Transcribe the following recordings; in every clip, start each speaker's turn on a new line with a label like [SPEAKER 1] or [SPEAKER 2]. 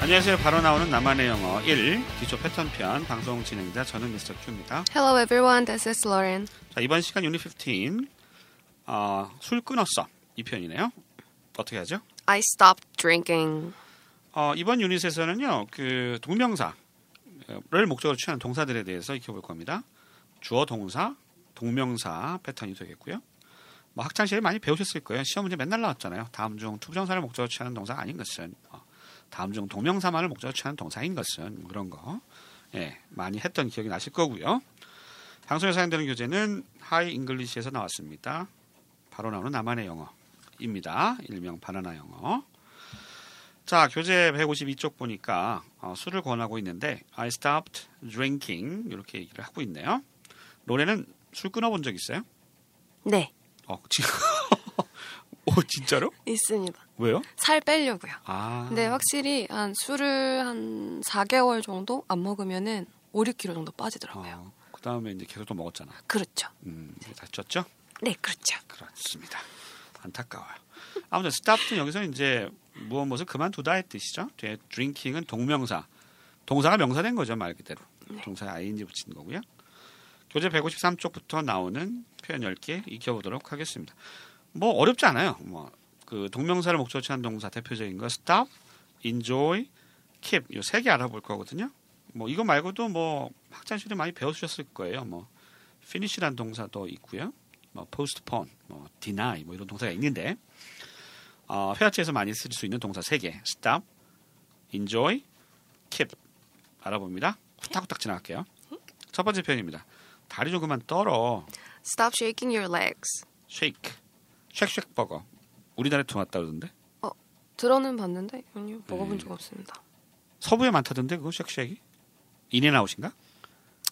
[SPEAKER 1] 안녕하세요. 바로 나오는 나만의 영어 1 기초 패턴편 방송 진행자 저는 미스터 큐입니다.
[SPEAKER 2] Hello everyone, this is Lauren.
[SPEAKER 1] 자 이번 시간 유닛 15 어, 술 끊었어 이 편이네요. 어떻게 하죠?
[SPEAKER 2] I stopped drinking.
[SPEAKER 1] 어, 이번 유닛에서는요 그 동명사를 목적으로 취하는 동사들에 대해서 익혀볼 겁니다. 주어 동사, 동명사 패턴이 되겠고요. 뭐 학창 시절에 많이 배우셨을 거예요. 시험 문제 맨날 나왔잖아요. 다음 중 투부정사를 목적으로 취하는 동사 아닌 것은 어, 다음 중 동명사만을 목적으로 취하는 동사인 것은 그런 거 예, 많이 했던 기억이 나실 거고요. 방송에 사용되는 교재는 하이 잉글리시에서 나왔습니다. 바로 나오는 나만의 영어입니다. 일명 바나나 영어. 자, 교재 152쪽 보니까 어, 술을 권하고 있는데 I stopped drinking 이렇게 얘기를 하고 있네요. 로레는 술 끊어본 적 있어요?
[SPEAKER 2] 네,
[SPEAKER 1] 어, 지- 어, 진짜로?
[SPEAKER 2] 있습니다.
[SPEAKER 1] 왜요?
[SPEAKER 2] 살 빼려고요.
[SPEAKER 1] 아,
[SPEAKER 2] 근데 확실히 한 술을 한 4개월 정도 안 먹으면은 5, 6kg 정도
[SPEAKER 1] 어,
[SPEAKER 2] 빠지더라고요.
[SPEAKER 1] 그 다음에 이제 계속 또 먹었잖아.
[SPEAKER 2] 그렇죠.
[SPEAKER 1] 음, 이제 다쳤죠?
[SPEAKER 2] 네, 그렇죠.
[SPEAKER 1] 그렇습니다. 안타까워요. 아무튼 스탑은 여기서 이제 무엇 무엇을 그만두다의 뜻이죠. 뒤에 drinking은 동명사. 동사가 명사된 거죠 말 그대로. 동사에 ing 붙인 거고요. 교재 153쪽부터 나오는 표현 10개 익혀보도록 하겠습니다. 뭐 어렵지 않아요. 뭐 그 동명사를 목적으로 취한 동사 대표적인 거 stop, enjoy, keep 요 세 개 알아볼 거거든요. 뭐 이거 말고도 뭐 학창시절에 많이 배우셨을 거예요. 뭐 finish란 동사도 있고요. 뭐 postpone, 뭐 deny 뭐 이런 동사가 있는데 어, 회화체에서 많이 쓸 수 있는 동사 세 개, stop, enjoy, keep 알아봅니다. 후딱후딱
[SPEAKER 2] 네.
[SPEAKER 1] 지나갈게요.
[SPEAKER 2] 음?
[SPEAKER 1] 첫 번째 표현입니다. 다리 좀 그만 떨어.
[SPEAKER 2] Stop shaking your legs.
[SPEAKER 1] shake, shake shake 버거. 우리나라에 들어왔다 그러던데.
[SPEAKER 2] 들어는 봤는데 아니요, 먹어본 적 없습니다.
[SPEAKER 1] 서부에 많다던데 그거 shake shake이? 인앤아웃인가?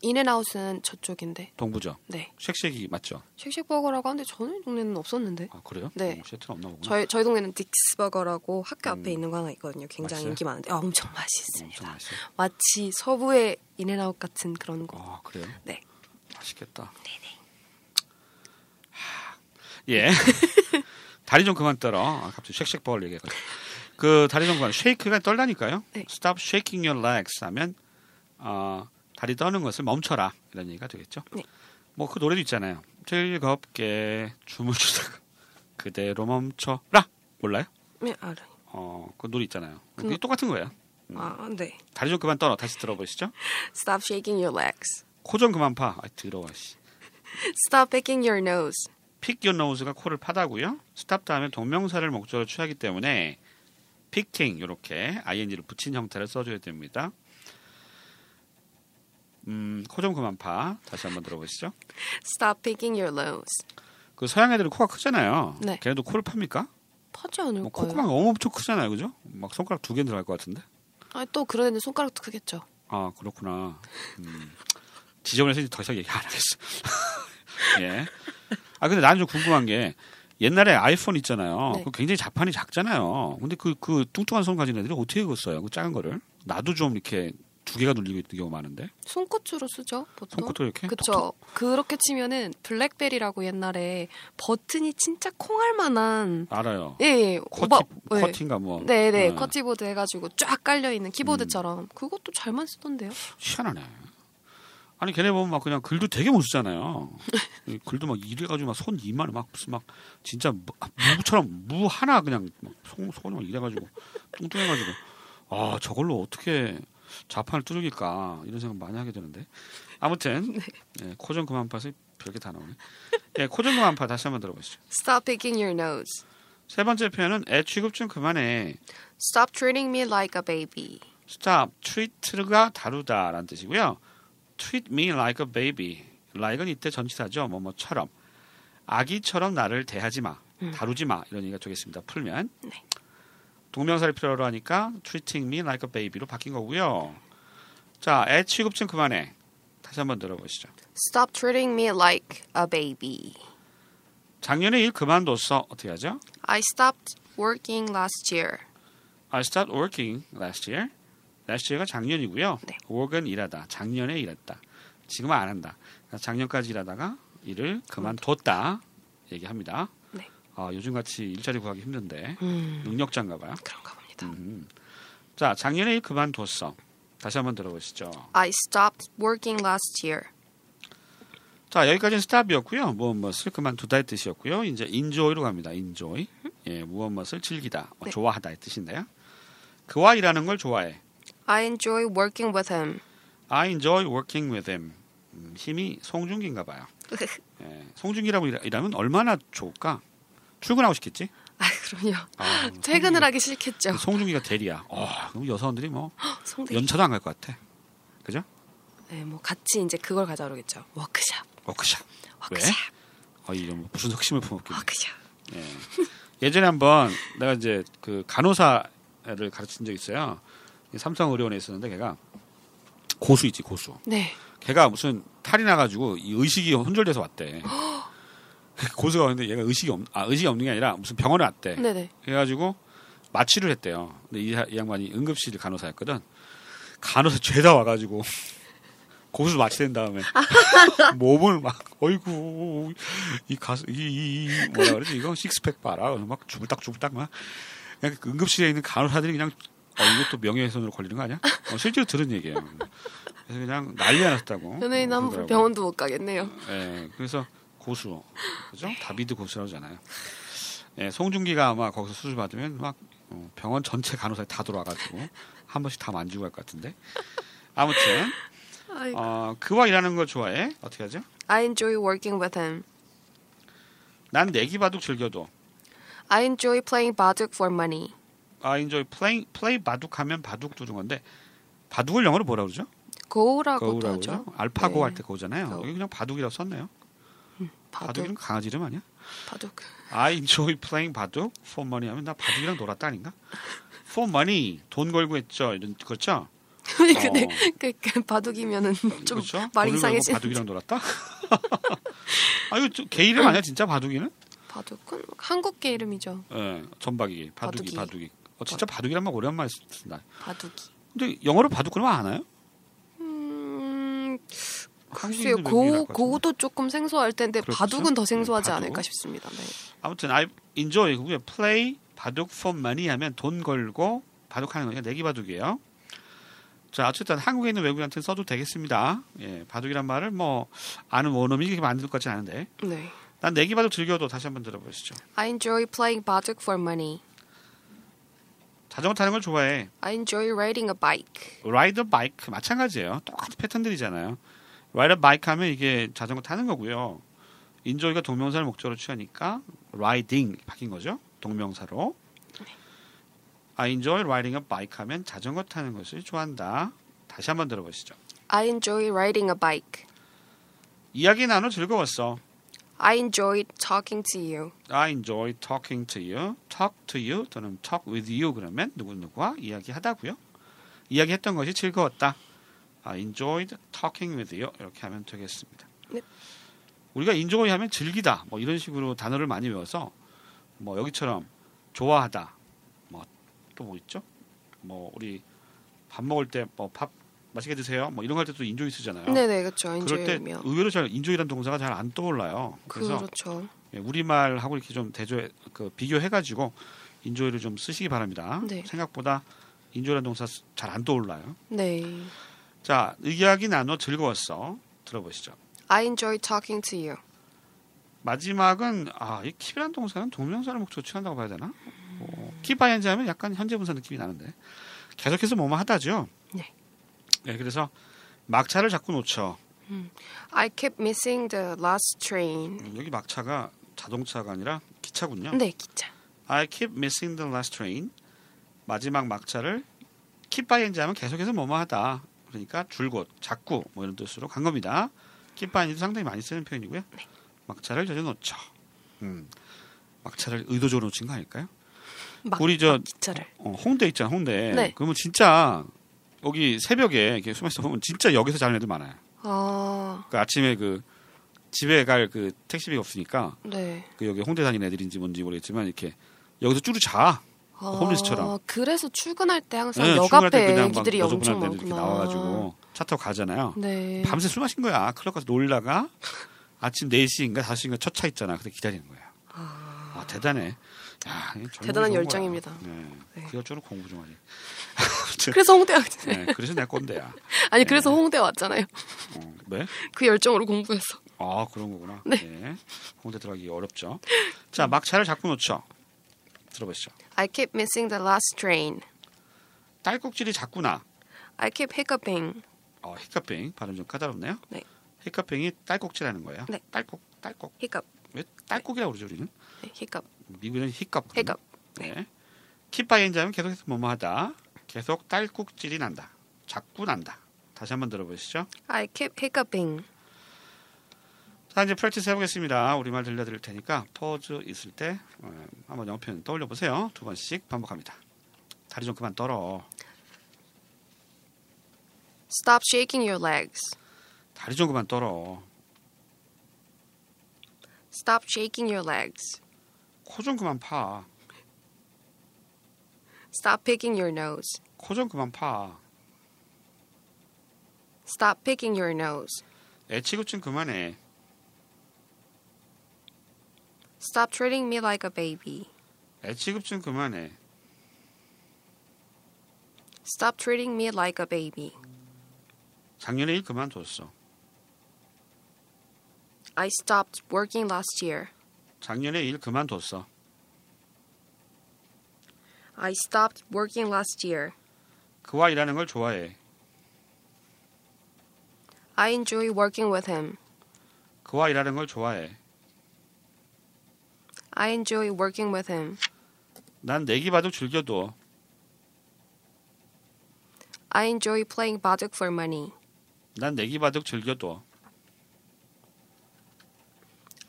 [SPEAKER 2] 인앤아웃은 저쪽인데.
[SPEAKER 1] 동부죠.
[SPEAKER 2] 네,
[SPEAKER 1] shake shake이 맞죠?
[SPEAKER 2] 쉑쉑버거라고 하는데 저희 동네는 없었는데.
[SPEAKER 1] 아 그래요?
[SPEAKER 2] 네.
[SPEAKER 1] 오, 시애틀 없나 어, 보구나.
[SPEAKER 2] 저희 저희 동네는 딕스버거라고 학교 앞에 있는 거 하나 있거든요. 굉장히
[SPEAKER 1] 맛있어요?
[SPEAKER 2] 인기 많은데 아, 음. 엄청
[SPEAKER 1] 엄청
[SPEAKER 2] 맛있습니다.
[SPEAKER 1] 맛있어요.
[SPEAKER 2] 마치 서부의 인앤아웃 같은 그런 거.
[SPEAKER 1] 아 그래요?
[SPEAKER 2] 네.
[SPEAKER 1] 맛있겠다. 네네. 예. 다리 좀 그만 떨어. 아, 갑자기 쉑쉑 버을 얘기했거든. 그 다리 좀 그만. 쉐이크가 떨다니까요.
[SPEAKER 2] 네.
[SPEAKER 1] Stop shaking your legs 하면 어, 다리 떠는 것을 멈춰라 이런 얘기가 되겠죠.
[SPEAKER 2] 네.
[SPEAKER 1] 뭐 그 노래도 있잖아요. 즐겁게 춤을 추다가 그대로 멈춰라 몰라요?
[SPEAKER 2] 네, 알아요.
[SPEAKER 1] 어그 노래 있잖아요.
[SPEAKER 2] 그
[SPEAKER 1] 그게
[SPEAKER 2] 노-
[SPEAKER 1] 똑같은 거예요.
[SPEAKER 2] 아, 네.
[SPEAKER 1] 다리 좀 그만 떨어. 다시 들어보시죠.
[SPEAKER 2] Stop shaking your legs.
[SPEAKER 1] 코 좀 그만 파. 아, 더러워. 씨.
[SPEAKER 2] Stop picking your nose.
[SPEAKER 1] pick your nose가 코를 파다고요. stop 다음에 동명사를 목적으로 취하기 때문에 picking 이렇게 ing를 붙인 형태를 써줘야 됩니다. 음, 코 좀 그만 파. 다시 한번 들어보시죠.
[SPEAKER 2] Stop picking your nose.
[SPEAKER 1] 그 서양 애들은 코가 크잖아요.
[SPEAKER 2] 네.
[SPEAKER 1] 걔네도 코를 팝니까?
[SPEAKER 2] 파지
[SPEAKER 1] 뭐
[SPEAKER 2] 않을까요?
[SPEAKER 1] 콧구멍 너무 엄청 크잖아요, 그죠? 막 손가락 두 개 들어갈 것 같은데.
[SPEAKER 2] 아, 또 그러는데 손가락도 크겠죠.
[SPEAKER 1] 아 그렇구나. 음. 지저분해서 이제 더 이상 얘기 안 하겠어. 예. 아 근데 나는 좀 궁금한 게 옛날에 아이폰 있잖아요.
[SPEAKER 2] 네.
[SPEAKER 1] 그 굉장히 자판이 작잖아요. 근데 그 그 뚱뚱한 손 가진 애들이 어떻게 그거 써요? 그 작은 거를 나도 좀 이렇게 두 개가 눌리고 있는 경우 많은데
[SPEAKER 2] 손끝으로 쓰죠, 보통.
[SPEAKER 1] 손끝도 네, 이렇게 톡톡.
[SPEAKER 2] 어? 그쵸. 그렇게 치면은 블랙베리라고 옛날에 버튼이 진짜 콩알 만한
[SPEAKER 1] 알아요.
[SPEAKER 2] 예, 예.
[SPEAKER 1] 커티
[SPEAKER 2] 오바- 예.
[SPEAKER 1] 커팅가 뭐
[SPEAKER 2] 네, 네.
[SPEAKER 1] 어.
[SPEAKER 2] 커티보드 해가지고 쫙 깔려있는 키보드처럼.
[SPEAKER 1] 음.
[SPEAKER 2] 그것도 잘만 쓰던데요.
[SPEAKER 1] 희한하네. 아니 걔네 보면 막 그냥 글도 되게 못 쓰잖아요. 이 글도 막 이래가지고 막 손 이만 막 무슨 막 진짜 무- 아, 무처럼 무 하나 그냥 막손 손이 막 이래가지고 뚱뚱해가지고 아 저걸로 어떻게 자판을 뚫을까 이런 생각 많이 하게 되는데 아무튼 예, 코전 그만 파서 별게 다 나오네. 예, 코전 그만 파 다시 한번 들어보시죠.
[SPEAKER 2] Stop picking your nose.
[SPEAKER 1] 세 번째 표현은 애 취급 좀 그만해.
[SPEAKER 2] Stop treating me like a baby.
[SPEAKER 1] stop, treat가 다루다라는 뜻이고요. treat me like a baby. like은 이때 전치사죠. 뭐뭐처럼. 아기처럼 나를 대하지 마. 다루지 마. 이런 얘기가 되겠습니다. 풀면.
[SPEAKER 2] 네.
[SPEAKER 1] 동명사를 필요로 하니까 treating me like a baby로 바뀐 거고요. 자, 애 취급 좀 그만해. 다시 한번 들어보시죠.
[SPEAKER 2] Stop treating me like a baby.
[SPEAKER 1] 작년에 일 그만뒀어. 어떻게 하죠?
[SPEAKER 2] I stopped working last year.
[SPEAKER 1] I stopped working last year. last year가 작년이고요.
[SPEAKER 2] 네.
[SPEAKER 1] work은 일하다. 작년에 일했다. 지금은 안 한다. 그러니까 작년까지 일하다가 일을 그만뒀다 얘기합니다.
[SPEAKER 2] 네.
[SPEAKER 1] 아, 요즘 같이 일자리 구하기 힘든데
[SPEAKER 2] 음,
[SPEAKER 1] 능력자인가 봐요.
[SPEAKER 2] 그런가 봅니다.
[SPEAKER 1] 음. 자, 작년에 일 그만뒀어. 다시 한번 들어보시죠.
[SPEAKER 2] I stopped working last year.
[SPEAKER 1] 자, 여기까지는 스탑이었고요. 무엇 무엇을 그만두다의 뜻이었고요. 이제 인조이로 갑니다. 인조이. 예, 무엇 무엇을 즐기다, 어,
[SPEAKER 2] 음. 네.
[SPEAKER 1] 좋아하다의 뜻인데요. 그와 일하는 걸 좋아해.
[SPEAKER 2] I enjoy working with him.
[SPEAKER 1] I enjoy working with him. 음, 힘이 송중기인가 봐요. 예, 송중기라고 일하, 일하면 얼마나 좋을까? 출근하고 싶겠지?
[SPEAKER 2] 아 그럼요.
[SPEAKER 1] 아,
[SPEAKER 2] 퇴근을 하기 싫겠죠.
[SPEAKER 1] 송중기가 대리야. 어, 그럼 여사원들이 뭐
[SPEAKER 2] 성대.
[SPEAKER 1] 음. 연차도 안 갈 것 같아. 그죠?
[SPEAKER 2] 네, 뭐 같이 이제 그걸 가자 그러겠죠. 워크샵,
[SPEAKER 1] 워크샵.
[SPEAKER 2] 워크샵,
[SPEAKER 1] 어, 이런 무슨 흑심을 품었길래.
[SPEAKER 2] 워크샵.
[SPEAKER 1] 예전에 한번 내가 이제 그 간호사를 가르친 적 있어요. 삼성 의료원에 있었는데 걔가 고수 있지 고수.
[SPEAKER 2] 네.
[SPEAKER 1] 걔가 무슨 탈이 나가지고 이 의식이 혼절돼서 왔대. 고수가 왔는데 얘가 의식이 없, 아 의식이 없는 게 아니라 무슨 병원에 왔대.
[SPEAKER 2] 네네.
[SPEAKER 1] 그래가지고 마취를 했대요. 근데 이, 하- 이 양반이 응급실 간호사였거든. 간호사 죄다 와가지고 고수 마취된 다음에 몸을 막 어이구 이 가수 이, 이, 이 뭐라 그러지 이거 식스팩 봐라 그래서 막 주물딱 주물딱 막 그냥 그 응급실에 있는 간호사들이 그냥 어, 이것도 명예훼손으로 걸리는 거 아니야? 어, 실제로 들은 얘기예요. 그래서 그냥 난리가 났다고.
[SPEAKER 2] 연예인
[SPEAKER 1] 어,
[SPEAKER 2] 한분
[SPEAKER 1] 그러더라고요.
[SPEAKER 2] 병원도 못 가겠네요.
[SPEAKER 1] 예, 그래서 고수, 그죠? 다비드 고수라고 하잖아요. 예, 송중기가 아마 거기서 수술 받으면 막 어, 병원 전체 간호사에 다 돌아가지고 한 번씩 다 만지고 갈 것 같은데. 아무튼
[SPEAKER 2] 아이고.
[SPEAKER 1] 어, 그와 일하는 걸 좋아해. 어떻게 하죠?
[SPEAKER 2] I enjoy working with him.
[SPEAKER 1] 난 내기 바둑 즐겨도.
[SPEAKER 2] I enjoy playing 바둑 for money.
[SPEAKER 1] 아, enjoy playing play 바둑 하면 바둑 두는 건데 바둑을 영어로 뭐라 그러죠?
[SPEAKER 2] 고우라고도
[SPEAKER 1] 거우라고
[SPEAKER 2] 하죠.
[SPEAKER 1] 그러죠? 알파고
[SPEAKER 2] 네.
[SPEAKER 1] 할 때 거우잖아요.
[SPEAKER 2] 거우.
[SPEAKER 1] 여기 그냥 바둑이라고 썼네요. 바둑.
[SPEAKER 2] 바둑,
[SPEAKER 1] 은 강아지 이름 아니야?
[SPEAKER 2] 바둑.
[SPEAKER 1] I enjoy playing 바둑. For money 하면 나 바둑이랑 놀았다 아닌가? For money 돈 걸고 했죠. 이런 그렇죠? 어,
[SPEAKER 2] 아니, 근데 그, 그 바둑이면은 좀
[SPEAKER 1] 그렇죠? 돈을
[SPEAKER 2] 말이
[SPEAKER 1] 걸고
[SPEAKER 2] 이상해지.
[SPEAKER 1] 바둑이랑 놀았다? 아 이거 좀개 이름 아니야 진짜 바둑이는?
[SPEAKER 2] 바둑은 한국계 이름이죠.
[SPEAKER 1] 예, 전박이 바둑이
[SPEAKER 2] 바둑이.
[SPEAKER 1] 바둑이. 어, 진짜 바둑이란 말 오랜만에 쓴다.
[SPEAKER 2] 바둑이.
[SPEAKER 1] 근데 영어로 바둑 그러면 아나요?
[SPEAKER 2] 음,
[SPEAKER 1] 한국인들
[SPEAKER 2] 글쎄요.
[SPEAKER 1] 왠지
[SPEAKER 2] 고
[SPEAKER 1] 알것 같은데.
[SPEAKER 2] 고우도 조금 생소할 텐데
[SPEAKER 1] 그렇죠?
[SPEAKER 2] 바둑은 더
[SPEAKER 1] 네,
[SPEAKER 2] 생소하지
[SPEAKER 1] 바둑.
[SPEAKER 2] 않을까 싶습니다. 네.
[SPEAKER 1] 아무튼 I enjoy 그게 play 바둑 for money 하면 돈 걸고 바둑하는 거니까 내기 바둑이에요. 자 어쨌든 한국에 있는 외국인한테 써도 되겠습니다. 예, 바둑이란 말을 뭐 아는 원어민이 이렇게 만들 것 같진 않은데
[SPEAKER 2] 네.
[SPEAKER 1] 난 내기 바둑 즐겨도 다시 한번 들어보시죠.
[SPEAKER 2] I enjoy playing 바둑 for money.
[SPEAKER 1] 자전거 타는 걸 좋아해.
[SPEAKER 2] I enjoy riding a bike.
[SPEAKER 1] 라이더 바이크 마찬가지예요. 똑같은 패턴들이잖아요. 라이더 바이크 하면 이게 자전거 타는 거고요. 인조이가 동명사를 목적으로 취하니까 라이딩 바뀐 거죠. 동명사로. I enjoy riding a bike 하면 자전거 타는 것을 좋아한다. 다시 한번 들어보시죠.
[SPEAKER 2] I enjoy riding a bike.
[SPEAKER 1] 이야기 나눠 즐거웠어.
[SPEAKER 2] I enjoy talking to you.
[SPEAKER 1] I enjoy talking to you, talk to you 또는 talk with you 그러면 누구누구와 이야기하다고요. 이야기했던 것이 즐거웠다. I enjoyed talking with you 이렇게 하면 되겠습니다.
[SPEAKER 2] 네.
[SPEAKER 1] 우리가 enjoy 하면 즐기다 뭐 이런 식으로 단어를 많이 외워서 뭐 여기처럼 좋아하다 뭐 또 뭐 있죠? 뭐 우리 밥 먹을 때 뭐 밥 맛있게 드세요 뭐 이런 거 할 때도 enjoy 쓰잖아요.
[SPEAKER 2] 네네 그렇죠.
[SPEAKER 1] 그럴 때
[SPEAKER 2] enjoy면
[SPEAKER 1] 의외로 잘 enjoy라는 동사가 잘 안 떠올라요. 그래서
[SPEAKER 2] 그렇죠.
[SPEAKER 1] 예, 우리말하고 이렇게 좀 대조 그 비교해 가지고 인조이를 좀 쓰시기 바랍니다.
[SPEAKER 2] 네.
[SPEAKER 1] 생각보다 인조라는 동사 잘 안 떠올라요.
[SPEAKER 2] 네.
[SPEAKER 1] 자, 이야기 나눠 즐거웠어. 들어보시죠.
[SPEAKER 2] I enjoy talking to you.
[SPEAKER 1] 마지막은 아, 이 킵이라는 동사는 동명사를 목적으로 취한다고 봐야 되나? 어, 킵바이엔즈 하면 약간 현재 분사 느낌이 나는데. 계속해서 뭐뭐 하다죠.
[SPEAKER 2] 네.
[SPEAKER 1] 예, 그래서 막차를 자꾸 놓쳐.
[SPEAKER 2] I kept missing the last train.
[SPEAKER 1] 음, 여기 막차가 자동차가 아니라 기차군요.
[SPEAKER 2] 네 기차.
[SPEAKER 1] I keep missing the last train. 마지막 막차를 keep by 엔지 하면 계속해서 뭐뭐하다. 그러니까 줄곧, 자꾸 뭐 이런 뜻으로 간 겁니다. keep by 엔지도 상당히 많이 쓰는 표현이고요.
[SPEAKER 2] 네.
[SPEAKER 1] 막차를 저저 놓쳐. 음. 막차를 의도적으로 놓친 거 아닐까요?
[SPEAKER 2] 막-
[SPEAKER 1] 우리 저
[SPEAKER 2] 기차를.
[SPEAKER 1] 어, 홍대 있잖아, 홍대.
[SPEAKER 2] 네.
[SPEAKER 1] 그러면 진짜 여기 새벽에 이렇게 숨어 있어 보면 진짜 여기서 자는 애들 많아요.
[SPEAKER 2] 아
[SPEAKER 1] 그 아침에 그 집에 갈 그 택시비가 없으니까
[SPEAKER 2] 네.
[SPEAKER 1] 그 여기 홍대 다니는 애들인지 뭔지 모르겠지만 이렇게 여기서 쭈루 자.
[SPEAKER 2] 아,
[SPEAKER 1] 홈리스처럼.
[SPEAKER 2] 그래서 출근할 때 항상
[SPEAKER 1] 네,
[SPEAKER 2] 역
[SPEAKER 1] 출근할 때
[SPEAKER 2] 앞에
[SPEAKER 1] 그냥 막
[SPEAKER 2] 애기들이
[SPEAKER 1] 여섯 분
[SPEAKER 2] 엄청
[SPEAKER 1] 한 애들
[SPEAKER 2] 많구나.
[SPEAKER 1] 이렇게 나와가지고 차 타고 가잖아요.
[SPEAKER 2] 네.
[SPEAKER 1] 밤새 술 마신 거야. 네 클럽 가서 놀다가 아침 4시인가 5시인가 첫 차 있잖아. 그때 기다리는 거야. 아, 대단해. 야, 이 젊은
[SPEAKER 2] 대단한
[SPEAKER 1] 좋은
[SPEAKER 2] 열정입니다.
[SPEAKER 1] 거야. 네.
[SPEAKER 2] 네.
[SPEAKER 1] 그 여쪽으로 공부 좀 하지.
[SPEAKER 2] 그래서 홍대 왔
[SPEAKER 1] 네, 그래서 내 꼰대야.
[SPEAKER 2] 아니 그래서
[SPEAKER 1] 네.
[SPEAKER 2] 홍대 왔잖아요.
[SPEAKER 1] 어, 왜?
[SPEAKER 2] 그 열정으로 공부해서.
[SPEAKER 1] 아 그런 거구나.
[SPEAKER 2] 네.
[SPEAKER 1] 예. 홍대 들어가기 어렵죠. 자 막차를 자꾸 놓쳐. 들어보시죠.
[SPEAKER 2] I keep missing the last train.
[SPEAKER 1] 딸꾹질이 자꾸 나.
[SPEAKER 2] I keep hiccuping.
[SPEAKER 1] 어, 히카뱅 발음 좀 까다롭네요.
[SPEAKER 2] 네.
[SPEAKER 1] 히카뱅이 딸꾹질하는 거예요.
[SPEAKER 2] 네.
[SPEAKER 1] 딸꾹 딸꾹
[SPEAKER 2] hiccup.
[SPEAKER 1] 왜 딸꾹이라고 그러죠 우리는?
[SPEAKER 2] 네, hiccup.
[SPEAKER 1] 미국에는 히컵.
[SPEAKER 2] hiccup.
[SPEAKER 1] 네. 킵바인자면 계속해서 뭐뭐하다. 계속 딸꾹질이 난다. 자꾸 난다. 다시 한번 들어보시죠.
[SPEAKER 2] I keep hiccuping.
[SPEAKER 1] 자 이제 프랙티스 해보겠습니다. 우리말 들려드릴 테니까 퍼즈 있을 때 어, 한번 영어 표현 떠올려 보세요. 두 번씩 반복합니다. 다리 좀 그만 떨어.
[SPEAKER 2] Stop shaking your legs.
[SPEAKER 1] 다리 좀 그만 떨어.
[SPEAKER 2] Stop shaking your legs.
[SPEAKER 1] 코 좀 그만 파.
[SPEAKER 2] Stop picking your nose.
[SPEAKER 1] 코 좀 그만 파.
[SPEAKER 2] Stop picking your nose.
[SPEAKER 1] 애치구증 그만해.
[SPEAKER 2] Stop treating me like a baby.
[SPEAKER 1] 애치급증 그만해.
[SPEAKER 2] Stop treating me like a baby.
[SPEAKER 1] 작년에 일 그만뒀어.
[SPEAKER 2] I stopped working last year.
[SPEAKER 1] 작년에 일 그만뒀어.
[SPEAKER 2] I stopped working last year.
[SPEAKER 1] 그와 일하는 걸 좋아해.
[SPEAKER 2] I enjoy working with him.
[SPEAKER 1] 그와 일하는 걸 좋아해.
[SPEAKER 2] I enjoy working with him.
[SPEAKER 1] 난 내기 바둑 즐겨둬.
[SPEAKER 2] I enjoy playing baduk for money.
[SPEAKER 1] 난 내기 바둑 즐겨둬.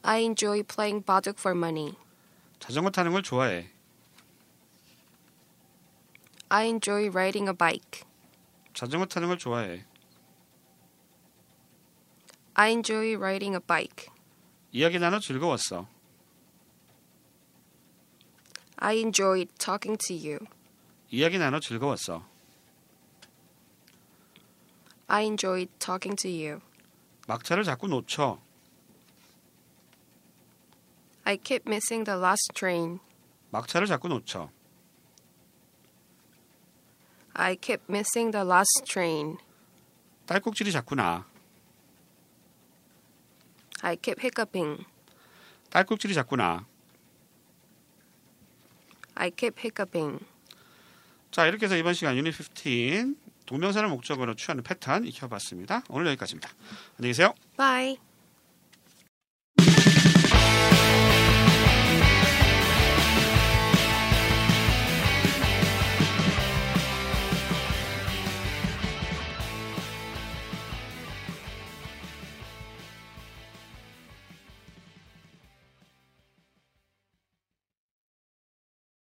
[SPEAKER 2] I enjoy playing baduk for money.
[SPEAKER 1] 자전거 타는 걸 좋아해.
[SPEAKER 2] I enjoy riding a bike.
[SPEAKER 1] 자전거 타는 걸 좋아해.
[SPEAKER 2] I enjoy riding a bike.
[SPEAKER 1] 이야기 나눠 즐거웠어.
[SPEAKER 2] I enjoyed talking to you.
[SPEAKER 1] 이야기 나눠 즐거웠어.
[SPEAKER 2] I enjoyed talking to you.
[SPEAKER 1] 막차를 자꾸 놓쳐.
[SPEAKER 2] I keep missing the last train.
[SPEAKER 1] 막차를 자꾸 놓쳐.
[SPEAKER 2] I keep missing the last train.
[SPEAKER 1] 딸꾹질이 자꾸 나.
[SPEAKER 2] I keep hiccuping.
[SPEAKER 1] 딸꾹질이 자꾸 나.
[SPEAKER 2] I keep hiccuping.
[SPEAKER 1] 자 이렇게 해서 이번 시간 유닛 15 동명사를 목적으로 취하는 패턴 익혀봤습니다. 오늘 여기까지입니다. 안녕히 계세요.
[SPEAKER 2] Bye.